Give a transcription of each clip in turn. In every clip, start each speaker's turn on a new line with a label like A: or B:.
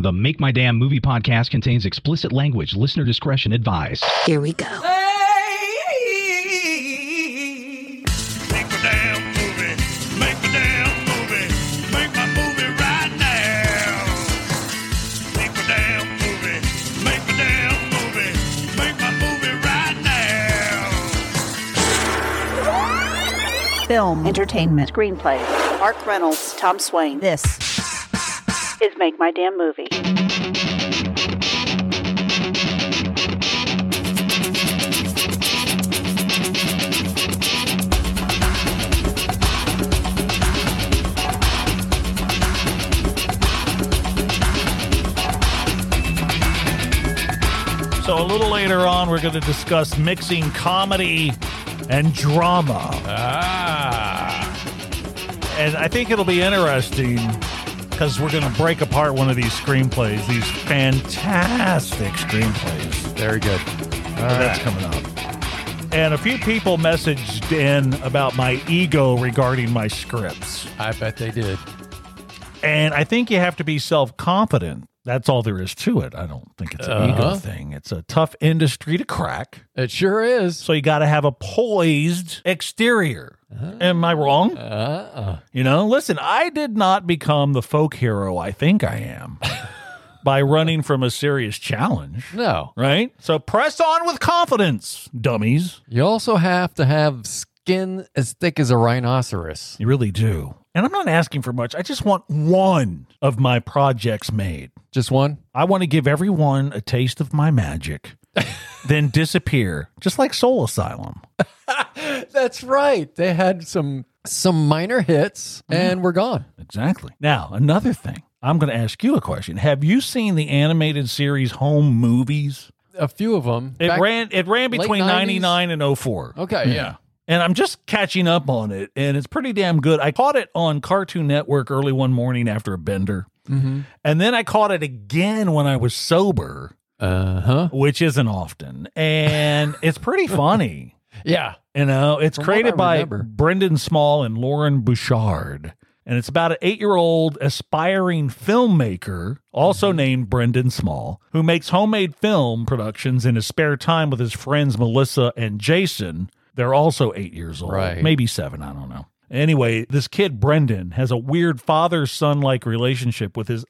A: The Make My Damn Movie podcast contains explicit language. Listener discretion advised.
B: Here we go.
C: Make my damn movie. Make my damn movie. Make my movie right now. Make my damn movie. Make my damn movie. Make my movie right now.
D: Film,
B: Entertainment.
D: screenplay, Mark Reynolds, Tom Swain.
B: This
D: is Make My Damn Movie.
E: So a little later on, we're going to discuss mixing comedy and drama,
F: Ah.
E: and I think it'll be interesting because we're going to break apart one of these screenplays, these fantastic screenplays.
F: Very good.
E: So that's coming up. And a few people messaged in about my ego regarding my scripts.
F: I bet they did.
E: And I think you have to be self confident. That's all there is to it. I don't think it's an ego
F: Uh-huh.
E: thing. It's a tough industry to crack.
F: It sure is.
E: So you got to have a poised exterior. Am I wrong?
F: Uh-uh.
E: You know, listen, I did not become the folk hero I think I am by running from a serious challenge,
F: No.
E: right? So press on with confidence, dummies.
F: You also have to have skin as thick as a rhinoceros.
E: You really do. And I'm not asking for much. I just want one of my projects made.
F: Just one?
E: I want to give everyone a taste of my magic, then disappear, just like Soul Asylum.
F: That's right. They had some some minor hits and we're gone.
E: Exactly. Now, another thing. I'm going to ask you a question. Have you seen the animated series Home Movies?
F: A few of them.
E: It ran it ran
F: late
E: between
F: 90s?
E: 99 and 04.
F: Okay, yeah.
E: And I'm just catching up on it and it's pretty damn good. I caught it on Cartoon Network early one morning after a bender.
F: Mm-hmm.
E: And then I caught it again when I was sober,
F: Uh-huh.
E: which isn't often. And it's pretty funny.
F: Yeah.
E: You know, it's
F: From what I
E: created by
F: remember.
E: Brendan Small and Lauren Bouchard. And it's about an eight year old aspiring filmmaker, also
F: Mm-hmm.
E: named Brendan Small, who makes homemade film productions in his spare time with his friends Melissa and Jason. They're also eight years old,
F: Right.
E: maybe seven, I don't know. Anyway, this kid, Brendan, has a weird father son like relationship with his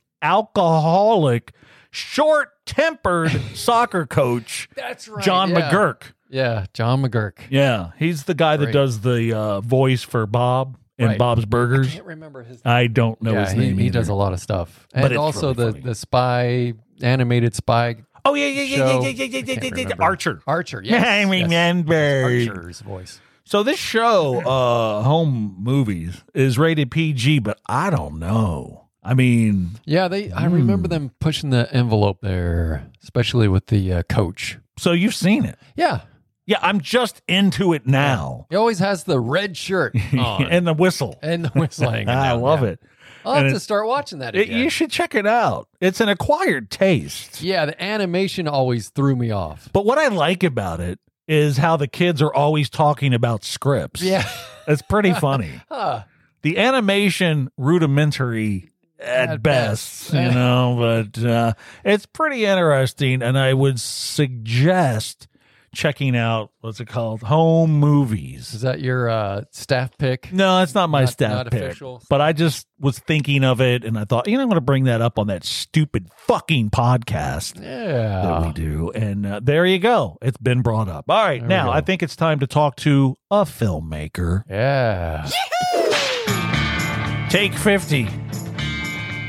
E: alcoholic, short tempered soccer coach,
F: That's right.
E: John
F: yeah.
E: McGurk.
F: Yeah, John McGurk.
E: Yeah, he's the guy that
F: Great.
E: does the uh, voice for Bob in
F: Right.
E: Bob's
F: I
E: Burgers.
F: can't remember his
E: I don't know
F: yeah,
E: his
F: he,
E: name.
F: he
E: either.
F: does a lot of stuff.
E: But
F: And
E: it's
F: also
E: really
F: the,
E: funny.
F: the spy, animated spy
E: Oh yeah, yeah, yeah, yeah,
F: show. I
E: yeah, yeah, yeah, yeah,
F: can't
E: yeah, yeah,
F: remember.
E: Archer.
F: Archer, yes.
E: Yeah, I remember.
F: Yes. Archer's voice.
E: So this show, uh, Home Movies, is rated PG, but I don't know. I mean,
F: Yeah, they. I remember them pushing the envelope there, especially with the uh, coach.
E: so you've seen it.
F: Yeah,
E: Yeah, I'm just into it now.
F: he always has the red shirt on and,
E: and the whistle.
F: the whistling.
E: I love it.
F: I'll have
E: And
F: to
E: it-
F: start watching that
E: it.
F: again.
E: You should check it out. It's an acquired taste.
F: yeah, the animation always threw me off.
E: But what I like about it is how the kids are always talking about scripts.
F: Yeah,
E: It's pretty funny.
F: Huh.
E: the animation rudimentary at,
F: At
E: best,
F: best.
E: you know, but uh, it's pretty interesting. And I would suggest checking out what's it called? Home
F: is
E: movies.
F: that your uh, staff pick?
E: No, it's not my
F: Not-
E: staff
F: not
E: pick,
F: official.
E: but I just was thinking of it, and I thought, you know, I'm going to bring that up on that stupid fucking podcast that we
F: Yeah,
E: do. And uh, there you go. It's been brought up. All right.
F: Ah. There we go.
E: now I think it's time to talk to a filmmaker.
F: yeah.
E: Take 50.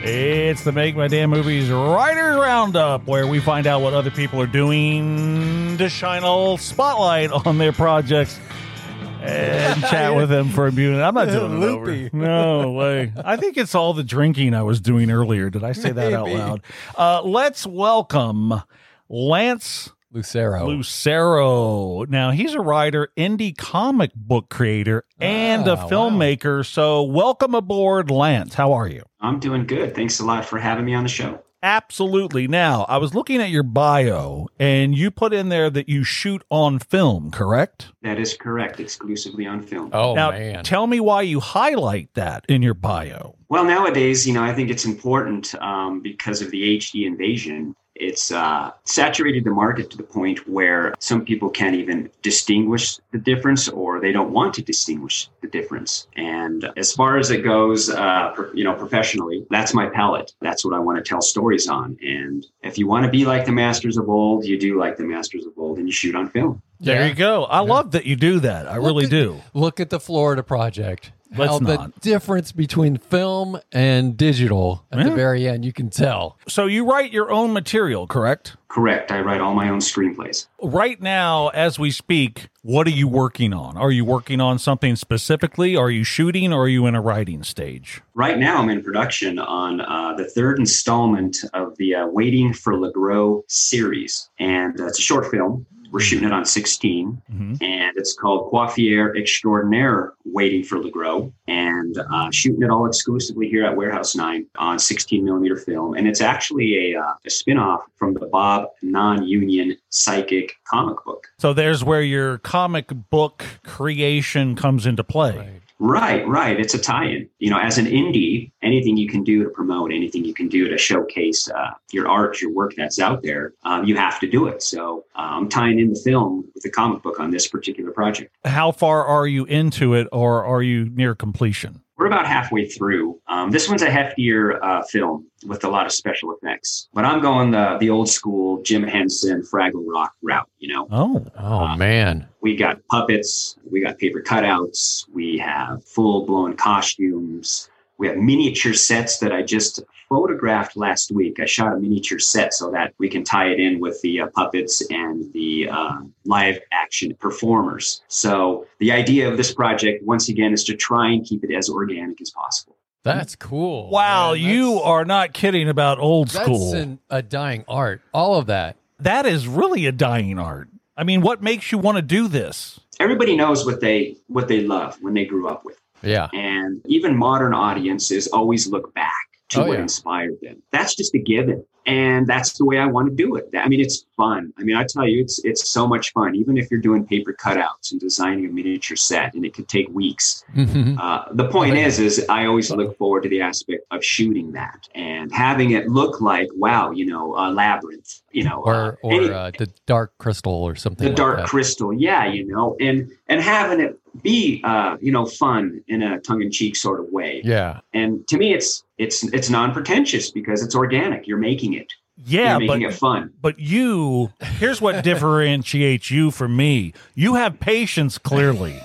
E: It's the Make My Damn Movies Writers Roundup, where we find out what other people are doing to shine a little spotlight on their projects and chat with them for a minute. I'm not doing it over.
F: Loopy.
E: No way. I think it's all the drinking I was doing earlier. Did I say that out
F: Maybe.
E: loud? Uh, let's welcome Lance Oh.
F: Lucero.
E: Lucero. Now he's a writer, indie comic book creator, and a
F: Ah, wow.
E: filmmaker. So welcome aboard, Lance. How are you?
G: I'm doing good. Thanks a lot for having me on the show.
E: Absolutely. Now, I was looking at your bio and you put in there that you shoot on film, correct?
B: That is correct, exclusively on film.
F: Oh
E: now,
F: man.
E: tell me why you highlight that in your bio.
B: Well, nowadays, you know, I think it's important um, because of the HD invasion. It's uh, saturated the market to the point where some people can't even distinguish the difference, or they don't want to distinguish the difference. And as far as it goes, uh, pro- you know, professionally, that's my palette. That's what I want to tell stories on. And if you want to be like the masters of old, you do like the masters of old, and you shoot on film.
E: There
F: Yeah.
E: you go. I love that you do that. I really
F: at-
E: do.
F: Look at the Florida project.
E: Let's
F: How the
E: not.
F: difference between film and digital at
E: Yeah.
F: the very end, you can tell.
E: So you write your own material, correct?
B: Correct. I write all my own screenplays.
E: Right now, as we speak, what are you working on? Are you working on something specifically? Are you shooting or are you in a writing stage?
B: Right now, I'm in production on uh, the third installment of the uh, Waiting for LeGros series. And uh, it's a short film. We're shooting it on 16,
E: Mhm.
B: and it's called Coiffier Extraordinaire Waiting for LeGros. And uh, shooting it all exclusively here at Warehouse 9 on 16 millimeter film. And it's actually a, uh, a spin off from the Bob non union psychic comic book.
E: So there's where your comic book creation comes into play.
B: Right, right. It's a tie-in. You know, as an indie, anything you can do to promote, anything you can do to showcase uh, your art, your work that's out there, um, you have to do it. So uh, I'm tying in the film with the comic book on this particular project.
E: How far are you into it or are you near completion?
B: We're about halfway through. Um, this one's a heftier uh, film with a lot of special effects, but I'm going the the old school Jim Henson Fraggle Rock route. You know,
E: Oh,
F: Oh man.
B: we got puppets, we got paper cutouts, we have full blown costumes, we have miniature sets that I just photographed last week. I shot a miniature set so that we can tie it in with the uh, puppets and the uh, live action performers. So, the idea of this project, once again, is to try and keep it as organic as possible.
F: That's cool.
E: wow.
F: man.
E: you
F: That's-
E: are not kidding about old
F: That's
E: school.
F: an- a dying art. All of that.
E: that is really a dying art. I mean, what makes you want to do this?
B: Everybody knows what they what they love when they grew up with.
F: Yeah.
B: And even modern audiences always look back to
F: Oh,
B: what
F: yeah.
B: inspired them. That's just a given. And that's the way I want to do it. I mean, it's fun. I mean, I tell you, it's it's so much fun. Even if you're doing paper cutouts and designing a miniature set, and it could take weeks.
F: Mhm.
B: Uh, the point
F: Oh, yeah.
B: is, is I always look forward to the aspect of shooting that and having it look like, wow, you know, a labyrinth, you know,
F: Or
B: uh, any-
F: or uh, the dark crystal or something.
B: the
F: like
B: dark
F: that.
B: crystal yeah you know and and having it be uh you know fun in a tongue-in-cheek sort of way
F: Yeah.
B: and to me it's it's it's non-pretentious because it's organic you're making it
E: Yeah,
B: you're
E: but
B: making it fun
E: but you, here's what differentiates you from me. You have patience clearly.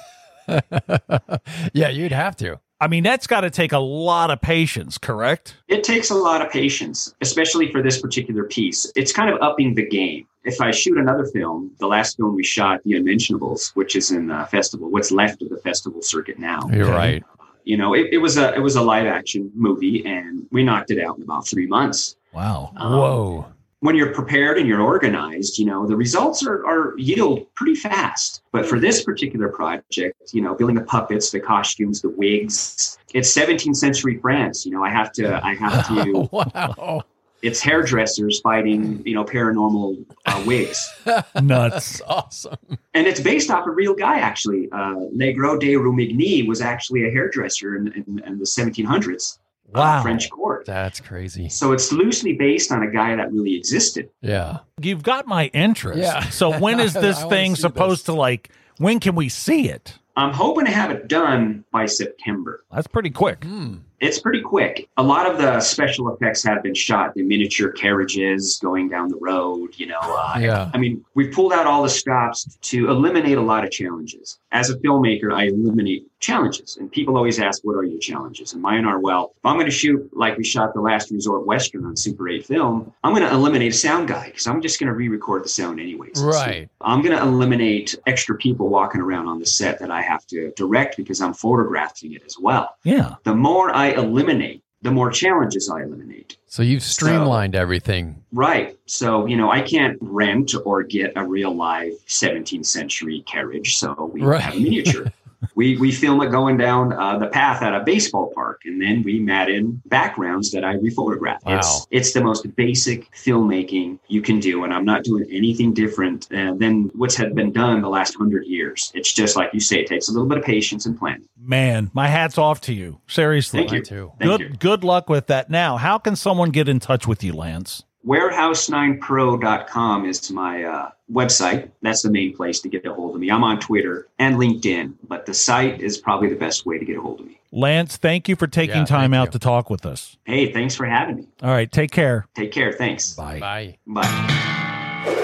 F: yeah, you'd have to.
E: I mean, that's got to take a lot of patience, correct?
B: it takes a lot of patience especially for this particular piece it's kind of upping the game if i shoot another film the last film we shot the unmentionables which is in the festival what's left of the festival circuit now
F: You're
E: Okay.
F: right.
B: you know it, it was a it was a live action movie and we knocked it out in about three months
E: Wow.
B: Um, when you're prepared and you're organized, you know, the results are, are yield pretty fast. But for this particular project, you know, building the puppets, the costumes, the wigs, it's 17th century France. You know, I have to, I have to,
F: wow.
B: it's hairdressers fighting, you know, paranormal uh, wigs.
E: Nuts.
F: That's awesome.
B: And it's based off a real guy, actually. Uh, Negro de Rumigny was actually a hairdresser in, in, in the 1700s uh,
E: Wow.
B: French court.
F: That's crazy.
B: So it's loosely based on a guy that really existed.
F: Yeah.
E: You've got my interest.
F: Yeah.
E: So when is this
F: I wanna
E: thing
F: see
E: supposed
F: this.
E: to like when can we see it?
B: I'm hoping to have it done by September.
E: That's pretty quick.
F: Hmm.
B: it's pretty quick. A lot of the special effects have been shot, the miniature carriages going down the road, you know. Uh,
F: Yeah.
B: I mean, we've pulled out all the stops to eliminate a lot of challenges. As a filmmaker, I eliminate challenges, and people always ask, What are your challenges? And mine are, Well, if I'm going to shoot like we shot the last resort Western on Super 8 film, I'm going to eliminate a sound guy because I'm just going to re record the sound anyways. So
F: Right.
B: I'm going to eliminate extra people walking around on the set that I have to direct because I'm photographing it as well
E: Yeah.
B: the more I eliminate, the more challenges I eliminate.
F: So you've streamlined everything.
B: Right. So, you know, I can't rent or get a real live 17th century carriage. So we
F: Right.
B: have a miniature. we we film it going down uh, the path at a baseball park, and then we mat in backgrounds that I rephotograph.
G: Wow.
B: It's it's the most basic filmmaking you can do, and I'm not doing anything different uh, than what's had been done the last hundred years. It's just like you say, it takes a little bit of patience and planning.
E: Man, my hat's off to you. Seriously.
B: Thank you.
F: too.
B: Thank
E: good
B: you.
E: good luck with that. Now, how can someone get in touch with you, Lance?
B: Warehouse9pro.com is my uh, website. That's the main place to get a hold of me. I'm on Twitter and LinkedIn, but the site is probably the best way to get a hold of me.
E: Lance, thank you for taking
G: Yeah,
E: time
G: thank
E: out
G: you.
E: to talk with us.
B: Hey, thanks for having me.
E: All right, take care.
B: Take care. Thanks.
F: Bye.
G: Bye.
B: Bye.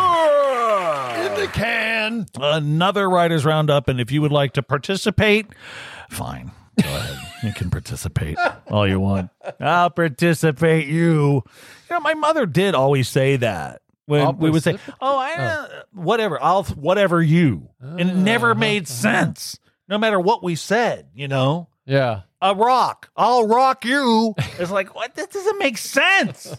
G: Yeah!
F: the can.
E: Another writer's roundup, and if you would like to participate, fine. Go ahead. You can participate all you want. I'll participate you. You know, my mother did always say that. When
F: I'll
E: we would say,
F: participate?
E: "Oh, I uh, whatever, I'll whatever you," and it never made sense. No matter what we said, you know.
F: Yeah.
E: a rock. I'll rock you. It's like, what? This doesn't make sense.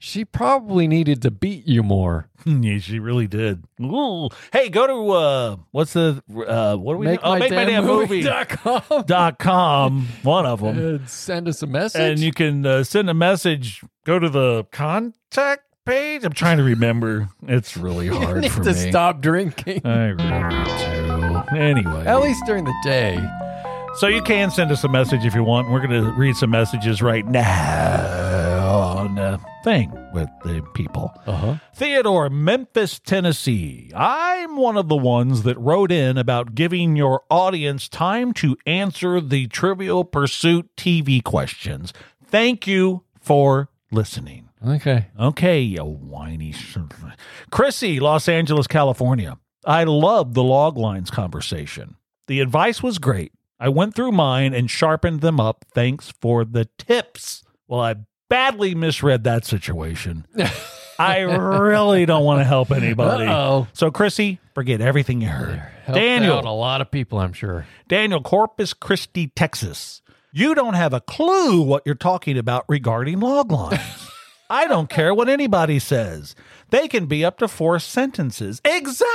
F: She probably needed to beat you more.
E: Mm, yeah, she really did. Ooh. Hey, go to uh, what's the uh, what are we? oh, make my damn movie.
F: dot com.
E: dot com. One of them,
F: And send us a message.
E: and you can uh, send a message. Go to the contact page. I'm trying to remember. It's really
F: You
E: hard
F: need
E: for
F: to
E: me.
F: stop drinking.
E: I really do. Anyway,
F: At least during the day.
E: So you can send us a message if you want. We're going to read some messages right now on a thing with the people.
F: Uh-huh.
E: Theodore, Memphis, Tennessee. I'm one of the ones that wrote in about giving your audience time to answer the Trivial Pursuit TV questions. Thank you for listening.
F: Okay.
E: Okay, you whiny. son of a- Chrissy, Los Angeles, California. I love the log lines conversation. The advice was great. I went through mine and sharpened them up. Thanks for the tips. Well, I badly misread that situation. I really don't want to help anybody.
F: Uh-oh.
E: So, Chrissy, forget everything you heard.
F: Helped
E: Daniel.
F: out a lot of people, I'm sure.
E: Daniel, Corpus Christi, Texas. You don't have a clue what you're talking about regarding log lines. I don't care what anybody says. They can be up to four sentences.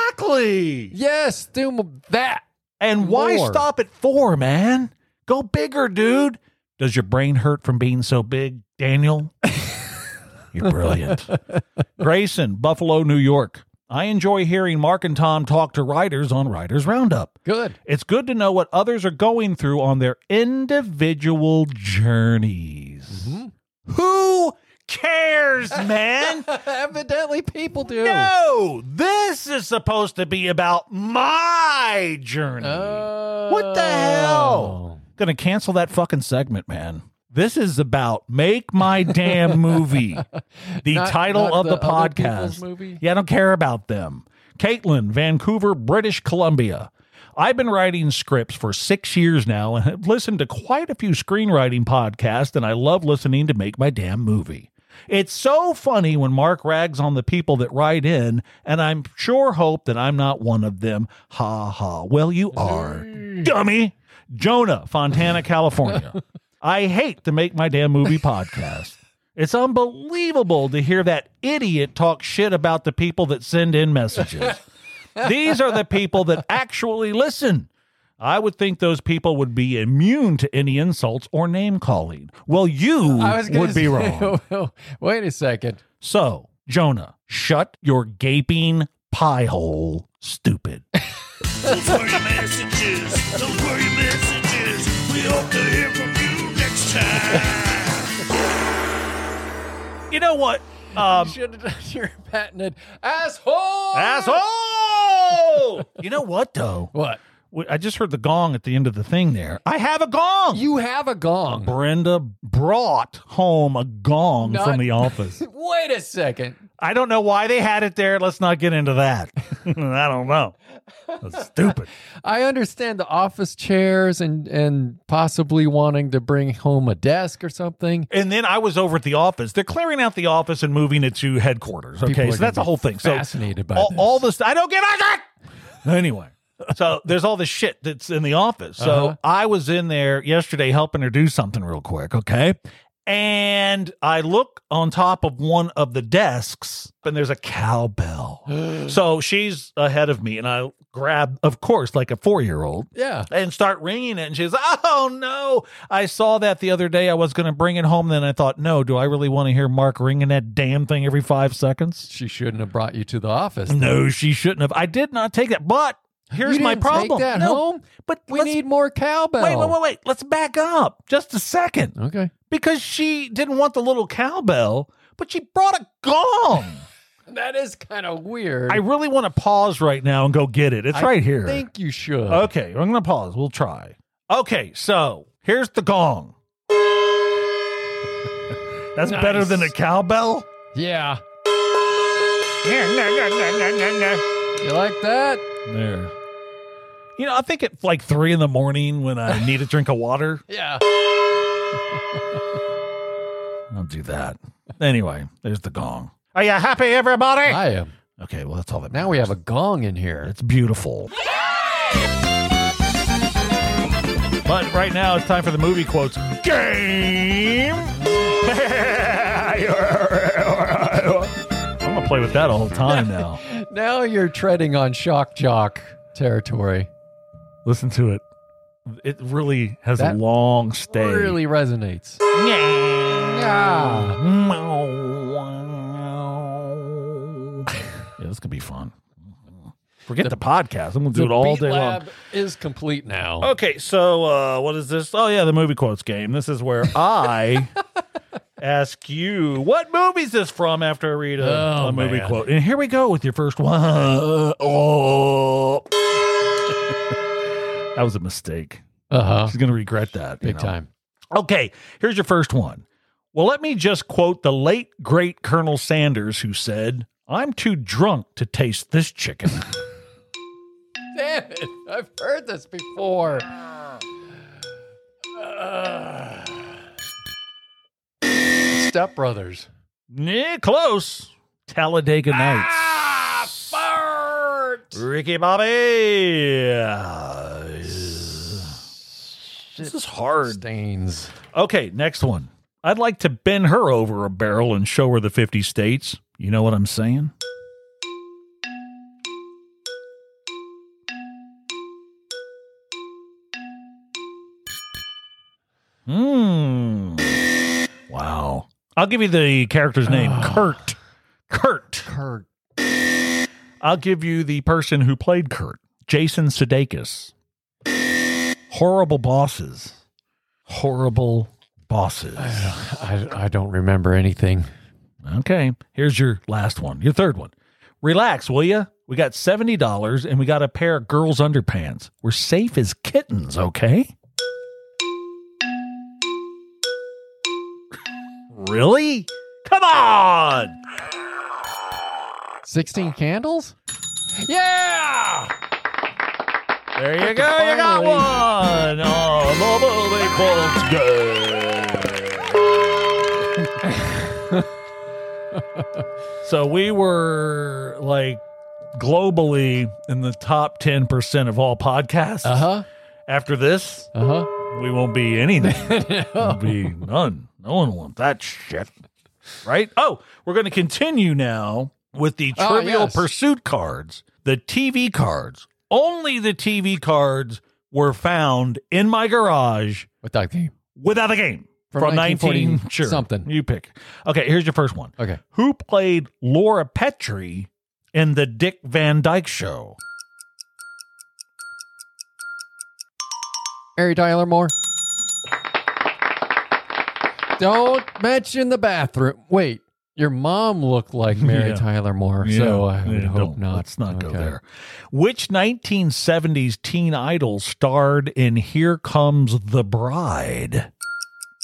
E: Exactly.
F: Yes, do m- that.
E: And why
F: More.
E: stop at four, man? Go bigger, dude. Does your brain hurt from being so big, Daniel? You're brilliant. Grayson, Buffalo, New York. I enjoy hearing Mark and Tom talk to writers on Writers Roundup.
F: Good.
E: It's good to know what others are going through on their individual journeys. Who cares, man?
F: Evidently, people do.
E: no, this is supposed to be about my journey.
F: Oh.
E: What the hell? Gonna cancel that fucking segment, man. This is about make my damn movie. The
F: Not-
E: title
F: not
E: of the,
F: the other people's
E: podcast.
F: movie?
E: Yeah, I don't care about them. Caitlin, Vancouver, British Columbia. I've been writing scripts for six years now and have listened to quite a few screenwriting podcasts, and I love listening to Make My Damn Movie. It's so funny when Mark rags on the people that write in, and I'm sure hope that I'm not one of them. Ha ha. Well, you are, dummy. Jonah, Fontana, California. I hate to make my damn movie podcast. It's unbelievable to hear that idiot talk shit about the people that send in messages. These are the people that actually listen. I would think those people would be immune to any insults or name calling. Well, you
F: I was gonna
E: would be
F: say-
E: wrong.
F: Wait a second.
E: So, Jonah, shut your gaping pie hole, stupid.
C: Those were your messages. Those were your messages. We hope to hear from you next time.
E: You know what? Um,
F: Should have done your patented asshole.
E: asshole! You know what, though?
F: What?
E: Wait, I just heard the gong at the end of the thing there. I have a gong!
F: You have a gong.
E: Uh, Brenda brought home a gong
F: Not-
E: from the office.
F: Wait a second.
E: I don't know why they had it there. Let's not get into that. I don't know. That's stupid.
F: I understand the office chairs and and possibly wanting to bring home a desk or something.
E: And then I was over at the office. They're clearing out the office and moving it to headquarters.
F: People
E: Okay,
F: are
E: so
F: gonna
E: that's a
F: be
E: whole thing. So
F: fascinated by
E: all,
F: this.
E: all this. I don't get out that. Anyway, so there's all this shit that's in the office. So
F: Uh-huh.
E: I was in there yesterday helping her do something real quick. Okay, And I look on top of one of the desks, and there's a cowbell. so she's ahead of me, and I grab, of course, like a four year old
F: Yeah.
E: and start ringing it. And she's, oh no, I saw that the other day. I was going to bring it home. Then I thought, no, do I really want to hear Mark ringing that damn thing every five seconds?
F: She shouldn't have brought you to the office.
E: No, she shouldn't have. I did not take that. But here's
F: You
E: my
F: didn't take
E: problem.
F: that
E: no,
F: home?
E: but
F: We
E: let's-
F: need more cowbell.
E: Wait, wait, wait, wait. Let's back up just a second
F: Okay.
E: because she didn't want the little cowbell, but she brought a gong.
F: That is kind of weird.
E: I really want to pause right now and go get it. It's
F: I
E: right here. Oh.
F: think you should.
E: Okay, I'm gonna pause. We'll try. Okay, so here's the gong. That's
F: Nice.
E: better than a cowbell.
F: Yeah.
E: There.
F: You like that?
E: You know, I think at like three in the morning when I need a drink of water,
F: Yeah.
E: I'll do that. Anyway, there's the gong. Are you happy, everybody?
F: I am.
E: okay, well that's all that.
F: Now we have a gong in here.
E: It's beautiful. But right now it's time for the movie quotes game. I'm gonna play with that all the time now.
F: Now you're treading on shock jock territory.
E: Listen to it. It really has
F: That
E: a long stay.
F: Really resonates.
E: Yeah,
F: Yeah.
E: this could be fun. Forget the, podcast. I'm gonna do it all
F: Beat
E: day long. Oh.
F: Lab is complete now.
E: Okay, so uh, what is this? Oh yeah, the movie quotes game. This is where I ask you what movie is this from after I read a,
F: Oh,
E: a movie
F: man.
E: quote. And here we go with your first one. Oh. that was a mistake.
F: Uh huh.
E: She's gonna regret that. you
F: Big
E: know.
F: time.
E: Okay, here's your first one. Well, let me just quote the late great Colonel Sanders, who said, "I'm too drunk to taste this chicken."
F: Damn it. I've heard this before. Uh, Step Brothers.
E: yeah, close. Talladega Nights. Ah,
F: Fart.
E: Ricky Bobby. This is hard.
F: Stains.
E: Okay, next one. I'd like to bend her over a barrel and show her the 50 states. You know what I'm saying? Hmm. Wow. I'll give you the character's name Kurt. Kurt.
F: Kurt.
E: I'll give you the person who played Kurt, Jason Sudeikis. Horrible bosses. Horrible bosses.
F: I, I don't remember anything.
E: Okay, here's your last one, your third one. Relax, will you? We got $70 and we got a pair of girls' underpants. We're safe as kittens, okay? Really? Come on!
F: 16 candles? Yeah!
E: There you go. You got
F: Finally.
E: one. Oh, mobile they both good. so we were like globally in the top 10% of all podcasts.
F: Uh huh.
E: After this,
F: Uh
E: we won't be anything.
F: huh.
E: There'll be none. No one wants that shit. Right? Oh, we're going to continue now with the
F: Ah,
E: Trivial
F: yes.
E: Pursuit cards, the TV cards. Only the TV cards were found in my garage
F: With that game.
E: without a game
F: From 1940
E: sure,
F: something.
E: You pick. Okay, here's your first one.
F: Okay.
E: Who played Laura Petrie in the Dick Van Dyke Show?
F: Harry Tyler Moore. Don't mention the bathroom. Wait, your mom looked like Mary
E: Yeah.
F: Tyler Moore, so I would
E: Yeah,
F: hope
E: don't.
F: not.
E: Let's not go
F: Okay.
E: there. Which 1970s teen idol starred in Here Comes the Bride?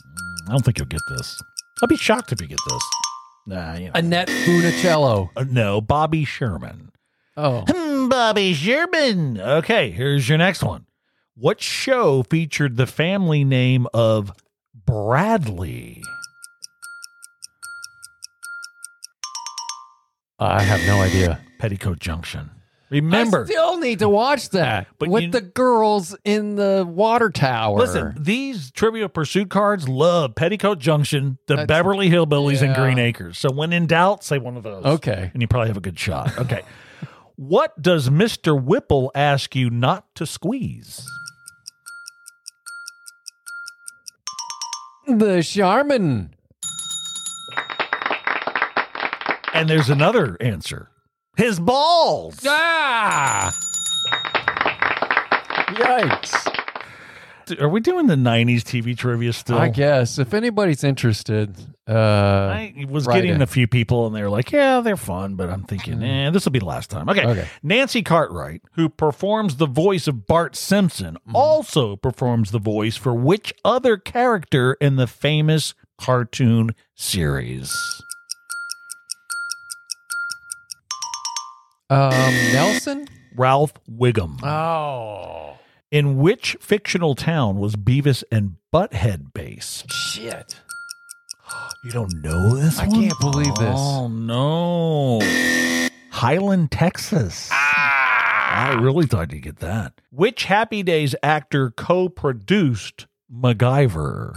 E: Mm, I don't think you'll get this. I'll be shocked if you get this. Nah, you know.
F: Annette Funicello.
E: Uh, no, Bobby Sherman.
F: Oh,
E: Hmm, Bobby Sherman. Okay, here's your next one. What show featured the family name of Bradley?
F: I have no idea.
E: Petticoat Junction. Remember,
F: I still need to watch that
E: But
F: with
E: you-
F: the girls in the water tower.
E: listen, these trivia pursuit cards love Petticoat Junction, the
F: That's-
E: Beverly Hillbillies, and
F: Yeah.
E: Green Acres. So when in doubt, say one of those.
F: Okay.
E: And you probably have a good shot. Okay. what does Mr. Whipple ask you not to squeeze?
F: the Charmin.
E: And there's another answer his balls.
F: Ah! Yikes!
E: Are we doing the 90s TV trivia still?
F: I guess if anybody's interested, uh,
E: I was
F: Right
E: getting
F: in. Mm-hmm.
E: a few people, and they were like, "Yeah, they're fun," but I'm thinking, "Eh, this will be the last time." Okay.
F: Okay.
E: Nancy Cartwright, who performs the voice of Bart Simpson,
F: Mm-hmm.
E: also performs the voice for which other character in the famous cartoon series?
F: um, Nelson.
E: Ralph Wiggum.
F: Uh, Oh
E: in which fictional town was Beavis and Butthead based?
F: shit!
E: You don't know this?
F: I
E: one?
F: can't believe this.
E: Oh no! Highland, Texas. I really thought you'd get that. Which Happy Days actor co-produced MacGyver?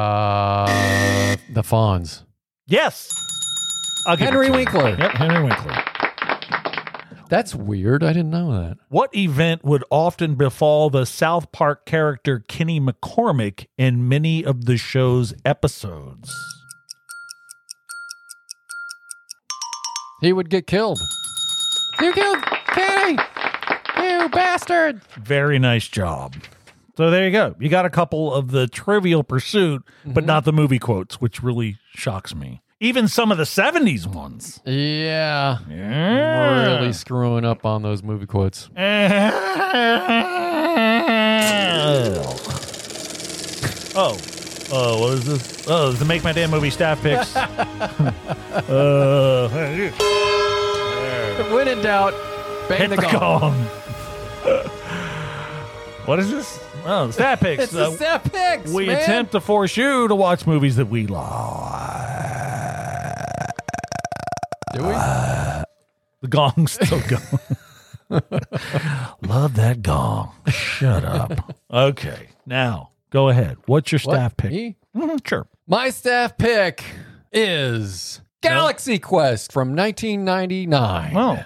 F: Uh, the Fawns.
E: Yes, I'll give it
F: Henry
E: to you.
F: Winkler.
E: Yep, Henry Winkler.
F: That's weird. I didn't know that.
E: What event would often befall the South Park character Kenny McCormick in many of the show's episodes?
F: He would get killed. You killed Kenny. You bastard!
E: Very nice job. So there you go. You got a couple of the trivial pursuit,
F: Mm-hmm.
E: but not the movie quotes, which really shocks me. Even some of the 70s ones.
F: Yeah, really screwing up on those movie quotes.
E: oh, oh, what is this? Oh, it's the Make My Damn Movie staff picks. uh,
F: When in doubt, bang
E: hit the gong. what is this? Oh, the stat picks.
F: It's the
E: Uh,
F: set picks.
E: we
F: man.
E: attempt to force you to watch movies that we love.
F: Do we?
E: The gong's still going. love that gong. Shut up. Okay, now go ahead. What's your
F: What?
E: staff pick?
F: Me?
E: Mhm, sure.
F: My staff pick is Galaxy Quest from 1999,
E: Oh,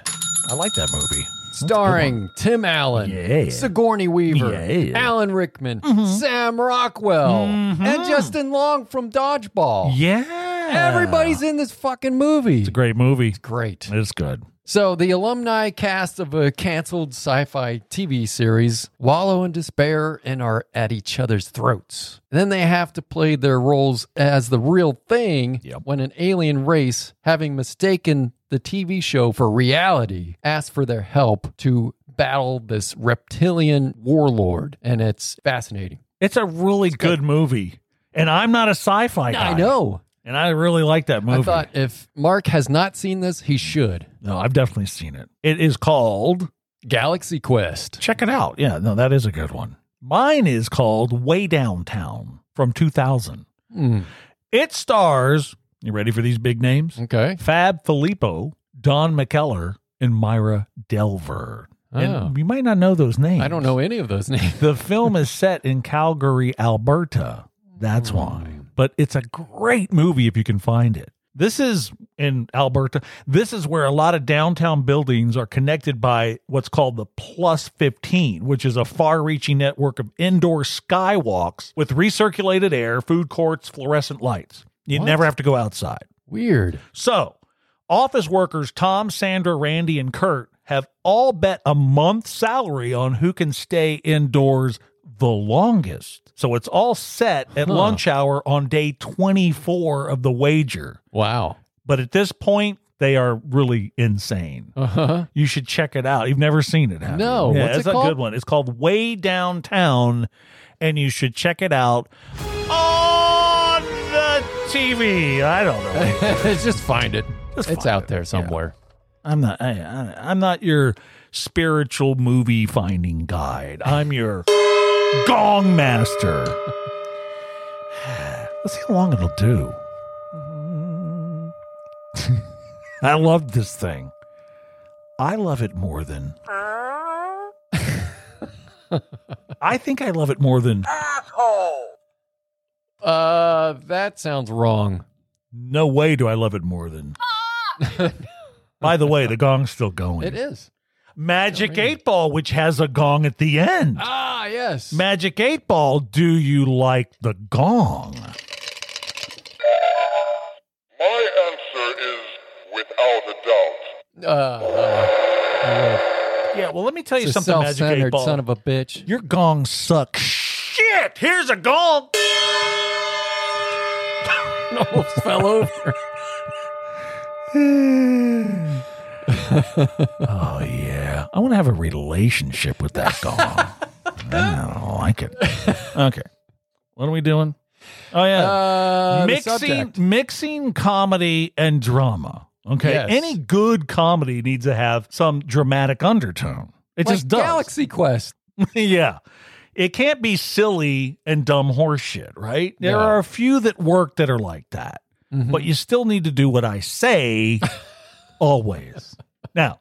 E: I like that movie.
F: starring Tim Allen,
E: Yeah.
F: Sigourney Weaver,
E: Yeah. Mm-hmm.
F: Alan Rickman, Sam Rockwell, and Justin Long from
E: Oh.
F: Dodgeball.
E: Yeah.
F: Everybody's in this fucking movie.
E: It's a great movie.
F: Great.
E: It's good.
F: So, the alumni cast of a canceled sci fi TV series wallow in despair and are at each other's throats. Then they have to play their roles as the real thing
E: Yep.
F: when an alien race, having mistaken the TV show for reality, asks for their help to battle this reptilian warlord. And it's fascinating.
E: It's a really good, movie. And I'm not a sci-fi guy.
F: I know.
E: And I really like that movie.
F: I thought if Mark has not seen this, he should.
E: no, I've definitely seen it. It is called
F: Galaxy Quest.
E: Check it out. Yeah, no, that is a good one. Mine is called Way Downtown from 2000.
F: Hmm.
E: It stars, you ready for these big names?
F: Okay.
E: Fab Filippo, Don McKellar, and Myra Delver.
F: Oh.
E: And you might not know those names.
F: I don't know any of those names.
E: The film is set in Calgary, Alberta. That's why. But it's a great movie if you can find it. This is in Alberta. This is where a lot of downtown buildings are connected by what's called the Plus 15, which is a far reaching network of indoor skywalks with recirculated air, food courts, fluorescent lights. You
F: What?
E: never have to go outside.
F: Weird.
E: So, office workers Tom, Sandra, Randy, and Kurt have all bet a month's salary on who can stay indoors the longest. So it's all set at
F: Huh.
E: lunch hour on day 24 of the wager.
F: Wow.
E: But at this point, they are really insane.
F: Uh huh.
E: You should check it out. You've never seen it, have
F: No.
E: you? Yeah,
F: What's
E: it's
F: it
E: a
F: called?
E: good one. It's called Way Downtown, and you should check it out on the TV. I don't know.
F: Just find it.
E: Just
F: it's
E: find
F: out
E: it.
F: there somewhere.
E: I'm not. I, I, I'm not your spiritual movie finding guide. I'm your gong master. Let's see how long it'll do. I love this thing. I love it more than. I think I love it more than.
F: Uh, that sounds wrong.
E: No way do I love it more than. By the way, the gong's still going.
F: It is.
E: Magic
F: Still ringing.
E: Eight Ball, which has a gong at the end.
F: Ah, yes.
E: Magic Eight Ball, do you like the gong?
H: My answer is without a doubt.
F: Uh, uh,
E: Yeah, well, let me tell you
F: it's a
E: something, Magic Eight
F: self-centered
E: Ball.
F: son of a bitch.
E: Your gong sucks. Shit! Here's a gong.
F: almost fell over.
E: Oh yeah, I want to have a relationship with that gong. I don't like it. Okay, what are we doing? Oh yeah,
F: Uh,
E: mixing mixing comedy and drama. Okay,
F: Yes.
E: any good comedy needs to have some dramatic undertone. It just does.
F: Galaxy Quest.
E: yeah. It can't be silly and dumb horseshit, right? There
F: No.
E: are a few that work that are like that,
F: Mhm.
E: but you still need to do what I say always. Now,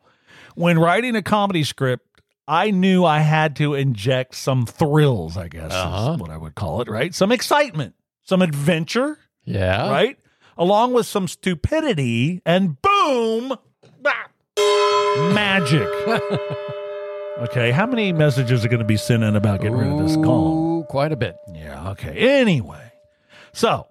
E: when writing a comedy script, I knew I had to inject some thrills, I guess
F: Uh-huh.
E: is what I would call it, right? Some excitement, some adventure,
F: Yeah.
E: right? Along with some stupidity, and boom, bah, magic. okay, how many messages are going to be sent in about getting rid of this gong?
F: Ooh, Quite a bit.
E: Yeah, okay. Anyway, so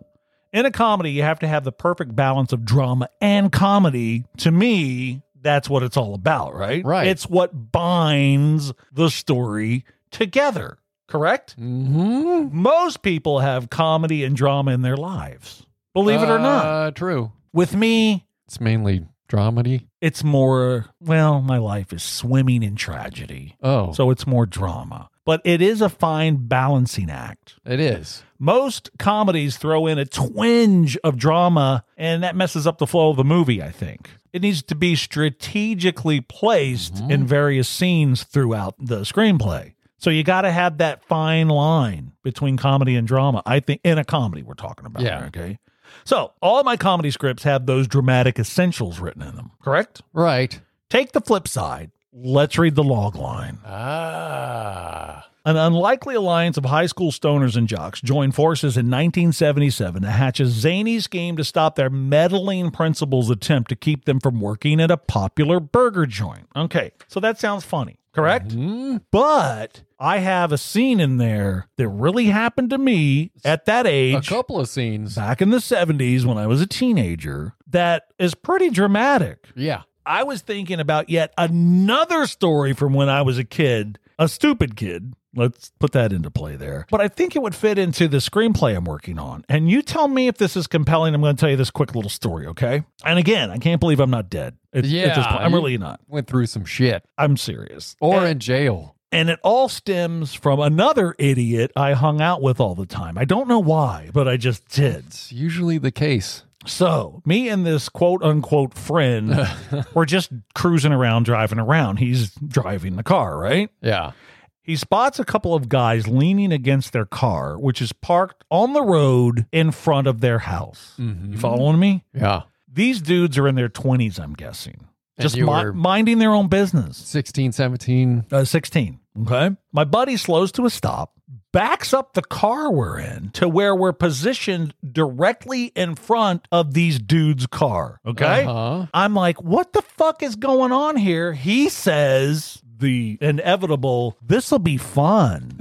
E: in a comedy, you have to have the perfect balance of drama and comedy. To me, that's what it's all about, right?
F: Right.
E: It's what binds the story together, correct?
F: Mm-hmm.
E: Most people have comedy and drama in their lives, believe it or not.
F: Uh, true.
E: With me,
F: It's mainly dramedy.
E: it's more, well, my life is swimming in tragedy.
F: Oh,
E: So it's more drama. But it is a fine balancing act.
F: it is.
E: Most comedies throw in a twinge of drama, and that messes up the flow of the movie, I think. It needs to be strategically placed in various scenes throughout the screenplay. So you got to have that fine line between comedy and drama. I think in a comedy we're talking about.
F: Yeah.
E: Okay. So all my comedy scripts have those dramatic essentials written in them. Correct.
F: Right.
E: Take the flip side. Let's read the log line.
F: Ah.
E: An unlikely alliance of high school stoners and jocks joined forces in 1977 to hatch a zany scheme to stop their meddling principal's attempt to keep them from working at a popular burger joint. Okay, so that sounds funny, correct?
F: Mm-hmm. Hmm.
E: But I have a scene in there that really happened to me at that
F: A
E: age
F: couple of scenes.
E: back in the 70s when I was a teenager that is pretty dramatic.
F: Yeah.
E: I was thinking about yet another story from when I was a kid, a stupid kid. Let's put that into play there. But I think it would fit into the screenplay I'm working on. And you tell me if this is compelling. I'm going to tell you this quick little story, okay? And again, I can't believe I'm not dead. It's, yeah,
F: Yeah,
E: I'm
F: you-
E: really not.
F: Went through some shit.
E: I'm serious.
F: Or
E: and,
F: in jail.
E: and it all stems from another idiot I hung out with all the time. I don't know why, but I just did.
F: It's usually the case.
E: So, me and this quote unquote friend were just cruising around, driving around. He's driving the car, right?
F: Yeah.
E: He spots a couple of guys leaning against their car, which is parked on the road in front of their house. You following me?
F: Mm-hmm. Yeah.
E: These dudes are in their 20s, I'm guessing,
F: And
E: just
F: you
E: mi-
F: were-
E: minding their own business.
F: 16, 17.
E: Uh, 16. Okay. My buddy slows to a stop, backs up the car we're in to where we're positioned directly in front of these dudes' car. Okay.
F: Uh-huh.
E: I'm like, what the fuck is going on here? He says the inevitable, this'll be fun.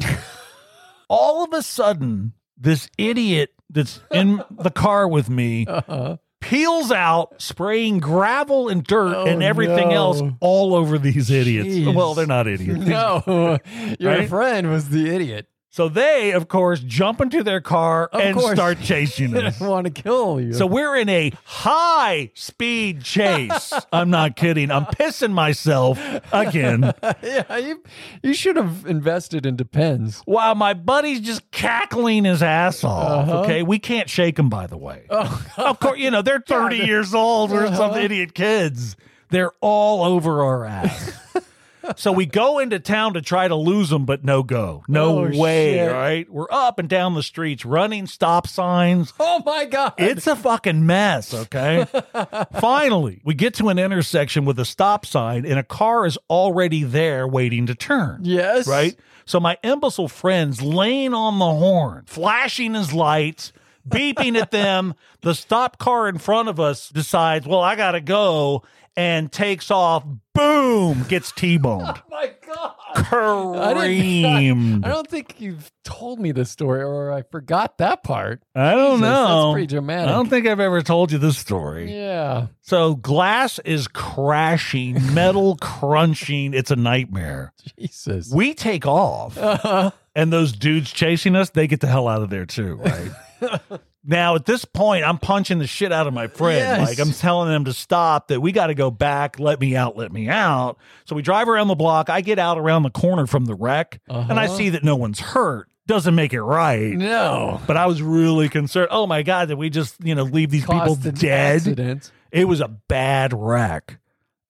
E: All of a sudden, this idiot that's in the car with me
F: Uh-huh.
E: peels out, spraying gravel and dirt and everything
F: Oh, no.
E: else all over these idiots.
F: Jeez.
E: Well, they're not idiots.
F: No. Your
E: Right?
F: friend was the idiot.
E: So they, of course, jump into their car
F: Of
E: and
F: course.
E: start chasing us.
F: Didn't want to kill you.
E: So we're in a high speed chase. I'm not kidding. I'm pissing myself again
F: yeah, you, you should have invested into pens.
E: while my buddy's just cackling his ass off.
F: Uh-huh.
E: Okay. We can't shake him, by the way.
F: Oh,
E: of course, you know, they're
F: Uh-huh.
E: 30 years old. We're some idiot kids. They're all over our ass. so we go into town to try to lose them, but no go. No
F: Oh,
E: way,
F: shit.
E: right? We're up and down the streets running stop signs.
F: Oh my god!
E: It's a fucking mess, okay? Finally, we get to an intersection with a stop sign and a car is already there waiting to turn.
F: yes,
E: Right? So my imbecile friend's laying on the horn, flashing his lights, beeping at them. The stop car in front of us decides, well, I got to go and takes off. Boom, gets T boned.
F: Oh my god! I didn't-
E: Creamed.
F: I don't think you've told me this story, or I forgot that part.
E: I don't
F: Jesus,
E: know.
F: That's pretty dramatic.
E: I don't think I've ever told you this story.
F: yeah.
E: So glass is crashing, metal crunching. It's a nightmare.
F: Jesus.
E: We take off.
F: Uh-huh.
E: and those dudes chasing us, they get the hell out of there too, right? now at this point, I'm punching the shit out of my friend.
F: Yes.
E: Like I'm telling them to stop, that we got to go back, let me out, let me out. So we drive around the block. I get out around the corner from the wreck, and I
F: Uh-huh.
E: see that no one's hurt. Doesn't make it right.
F: No.
E: But I was really concerned. Oh my god, did we just you know leave these people
F: Caused an
E: dead?
F: accident.
E: It was a bad wreck,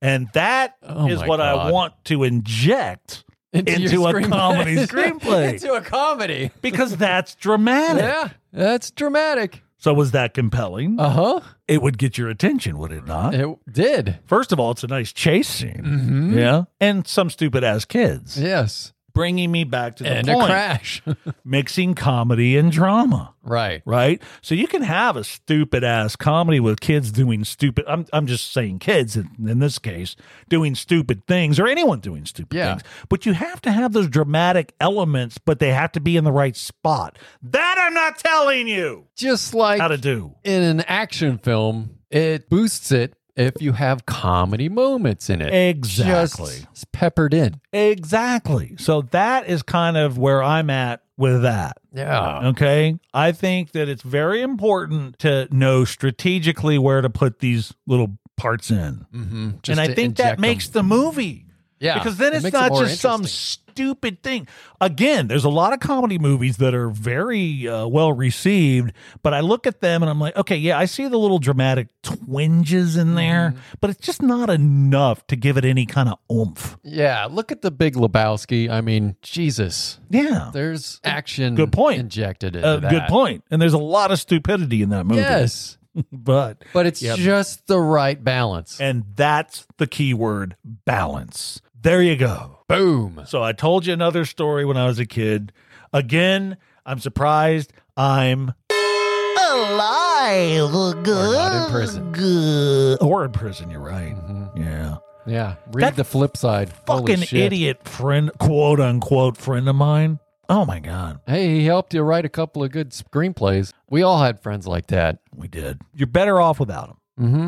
E: and that is
F: Oh my
E: what I
F: God.
E: want to inject
F: your
E: into a
F: screenplay.
E: comedy screenplay.
F: into a comedy.
E: because that's dramatic.
F: Yeah, that's dramatic.
E: So was that compelling?
F: Uh huh.
E: it would get your attention, would it not?
F: It did.
E: First of all, it's a nice chase scene.
F: Mm-hmm.
E: Yeah. And some stupid ass kids.
F: Yes.
E: Bringing me back to the
F: And
E: point.
F: a crash.
E: Mixing comedy and drama,
F: right.
E: right? So you can have a stupid ass comedy with kids doing stupid I'm I'm just saying kids in, in this case doing stupid things or anyone doing stupid
F: Yeah.
E: things. But you have to have those dramatic elements, but they have to be in the right spot. That I'm not telling you
F: Just like
E: how to do.
F: in an action film, it boosts it if you have comedy moments in it.
E: Exactly.
F: Just peppered in.
E: Exactly. So that is kind of where I'm at with that.
F: Yeah.
E: Okay. I think that it's very important to know strategically where to put these little parts in.
F: Mm-hmm.
E: and I think that makes the movie.
F: yeah
E: Because then
F: it
E: it's
F: makes it
E: not
F: more
E: just some
F: interesting.
E: stupid thing. Again, there's a lot of comedy movies that are very uh, well received, but I look at them and I'm like, okay, yeah, I see the little dramatic twinges in there,
F: Mm-hmm.
E: but it's just not enough to give it any kind of oomph.
F: Yeah, look at the Big Lebowski. I mean, Jesus,
E: Yeah.
F: there's action.
E: Good point.
F: Injected into
E: Uh,
F: that.
E: good point. And there's a lot of stupidity in that movie.
F: Yes,
E: But,
F: but it's
E: Yeah.
F: just the right balance.
E: and that's the key word balance. There you go.
F: Boom.
E: So I told you another story when I was a kid. Again, I'm surprised I'm alive.
F: We're not in prison.
E: Or in prison, you're right. Yeah.
F: Yeah. Read
E: That
F: the flip side. Mm-hmm. Holy
E: Fucking
F: shit.
E: idiot friend, quote unquote friend of mine. Oh my God.
F: Hey, he helped you write a couple of good screenplays. We all had friends like that.
E: We did. You're better off without him.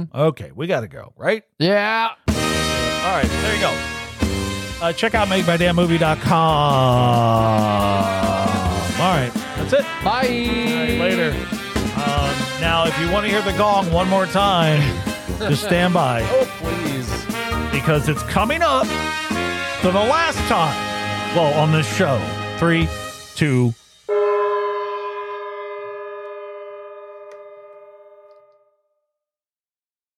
F: Mm-hmm.
E: Okay, we got to go, right?
F: Yeah.
E: All right, there you go. Uh, check out makemydamnmovie.com. All right, that's it.
F: Bye.
E: All right, later. Um, now, if you want to hear the gong one more time, just stand by
F: Oh, please.
E: because it's coming up for the last time. Well, on this show. Three, two,